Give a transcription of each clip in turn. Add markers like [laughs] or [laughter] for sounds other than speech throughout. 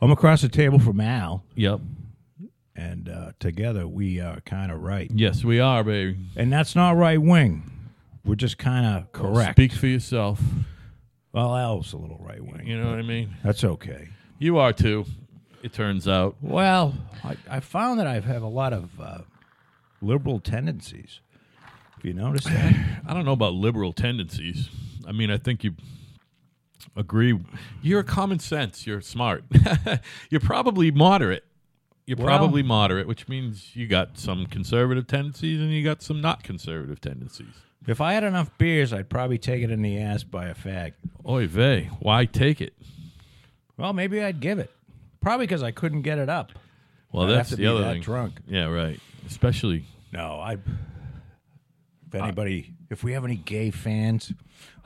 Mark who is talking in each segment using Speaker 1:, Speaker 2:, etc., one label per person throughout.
Speaker 1: I'm across the table from Al,
Speaker 2: Yep.
Speaker 1: and uh, together we are kind of right.
Speaker 2: Yes, we are, baby.
Speaker 1: And that's not right wing. We're just kind of correct.
Speaker 2: Speak for yourself.
Speaker 1: Well, Al's a little right wing.
Speaker 2: You know what I mean?
Speaker 1: That's okay.
Speaker 2: You are too, it turns out.
Speaker 1: Well, I, I found that I have a lot of uh, liberal tendencies. If you notice that, [laughs]
Speaker 2: I don't know about liberal tendencies. I mean, I think you agree. You're common sense. You're smart. [laughs] you're probably moderate. You're
Speaker 1: Well-
Speaker 2: probably moderate, which means you got some conservative tendencies and you got some not conservative tendencies.
Speaker 1: if I had enough beers, I'd probably take it in the ass by a fag.
Speaker 2: Oy vey, why take it?
Speaker 1: Well, maybe I'd give it. Probably because I couldn't get it up.
Speaker 2: Well,
Speaker 1: I'd have
Speaker 2: that's
Speaker 1: to
Speaker 2: the
Speaker 1: be
Speaker 2: other
Speaker 1: that
Speaker 2: thing.
Speaker 1: drunk.
Speaker 2: Yeah, right. Especially
Speaker 1: No, I. If anybody, if we have any gay fans,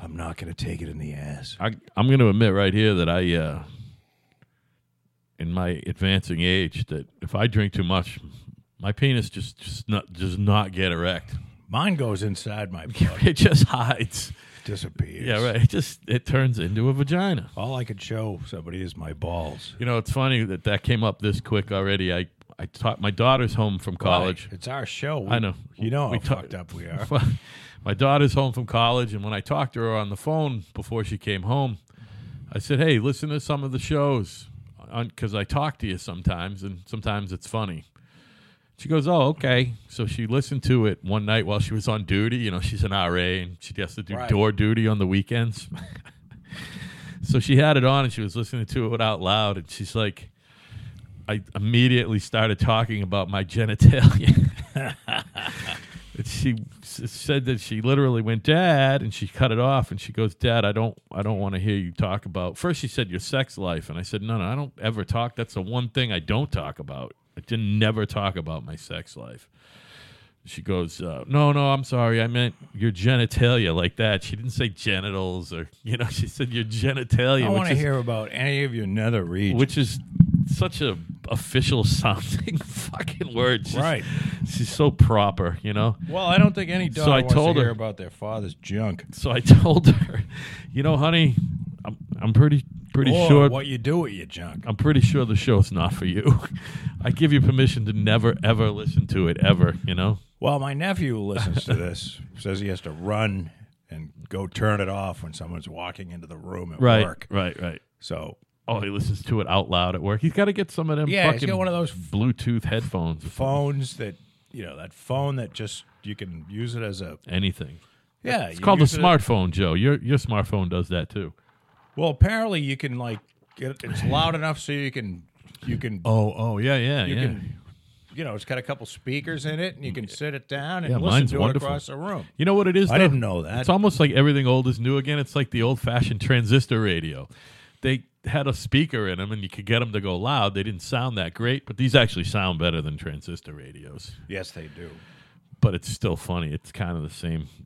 Speaker 1: I'm not going to take it in the ass.
Speaker 2: I, I'm going to admit right here that I, uh, in my advancing age, that if I drink too much, my penis just just not does not get erect.
Speaker 1: Mine goes inside my [laughs] butt,
Speaker 2: [laughs] It just hides.
Speaker 1: disappears.
Speaker 2: Yeah, right. It just it turns into a vagina.
Speaker 1: All I could show somebody is my balls.
Speaker 2: You know, it's funny that that came up this quick already. I I taught my daughter's home from college.
Speaker 1: Like, it's our show. We-
Speaker 2: I know.
Speaker 1: You know how
Speaker 2: We talk-
Speaker 1: fucked up
Speaker 2: [laughs]
Speaker 1: we are.
Speaker 2: my daughter's home from college, and when I talked to her on the phone before she came home, I said, "Hey, listen to some of the shows, because I talk to you sometimes, and sometimes it's funny." She goes, "Oh, okay." So she listened to it one night while she was on duty. You know, she's an RA, and she has to do
Speaker 1: Right.
Speaker 2: door duty on the weekends. [laughs] so she had it on, and she was listening to it out loud, and she's like. I immediately started talking about my genitalia. And she s- said that she literally went, "Dad," and she cut it off. And she goes, "Dad, I don't, I don't want to hear you talk about." First, she said your sex life, and I said, "No, no, I don't ever talk. That's the one thing I don't talk about. I didn't never talk about my sex life." She goes, uh, "No, no, I'm sorry. I meant your genitalia like that." She didn't say genitals or you know. [laughs] She said your genitalia.
Speaker 1: I
Speaker 2: which
Speaker 1: want to
Speaker 2: is-
Speaker 1: hear about any of your nether regions.
Speaker 2: which is such a official [laughs] sounding fucking word. She's,
Speaker 1: Right.
Speaker 2: She's so proper, you know.
Speaker 1: well, I don't think any
Speaker 2: So
Speaker 1: daughter
Speaker 2: I
Speaker 1: wants
Speaker 2: told
Speaker 1: to
Speaker 2: her-
Speaker 1: hear about their father's junk
Speaker 2: So I [laughs] told her, you know, honey, I'm I'm pretty pretty
Speaker 1: or
Speaker 2: sure
Speaker 1: what you do with your junk.
Speaker 2: I'm pretty sure the show's not for you. [laughs] I give you permission to never ever listen to it ever, you know.
Speaker 1: Well, my nephew listens to
Speaker 2: [laughs]
Speaker 1: this, says he has to run and go turn it off when someone's walking into the room at work.
Speaker 2: right, right.
Speaker 1: So
Speaker 2: Oh, he listens to it out loud at work. He's got to get some of them
Speaker 1: yeah, he's
Speaker 2: fucking
Speaker 1: got one of those
Speaker 2: Bluetooth headphones,
Speaker 1: phones that you know that phone that just you can use it as a
Speaker 2: anything.
Speaker 1: yeah.
Speaker 2: It's
Speaker 1: you
Speaker 2: called a
Speaker 1: use it-
Speaker 2: smartphone, Joe. Your your smartphone does that too.
Speaker 1: Well, apparently you can like get it's loud enough so you can you can
Speaker 2: Oh, oh, yeah, yeah,
Speaker 1: you
Speaker 2: yeah.
Speaker 1: can you know it's got a couple speakers in it and you can sit it down and
Speaker 2: Yeah,
Speaker 1: listen
Speaker 2: mine's
Speaker 1: to
Speaker 2: wonderful.
Speaker 1: it across the room.
Speaker 2: You know what it is?
Speaker 1: I
Speaker 2: though?
Speaker 1: didn't know that.
Speaker 2: It's almost like everything old is new again. It's like the old fashioned transistor radio. They had a speaker in them and you could get them to go loud. They didn't sound that great, but these actually sound better than transistor radios.
Speaker 1: Yes, they do.
Speaker 2: But it's still funny. It's kind of the same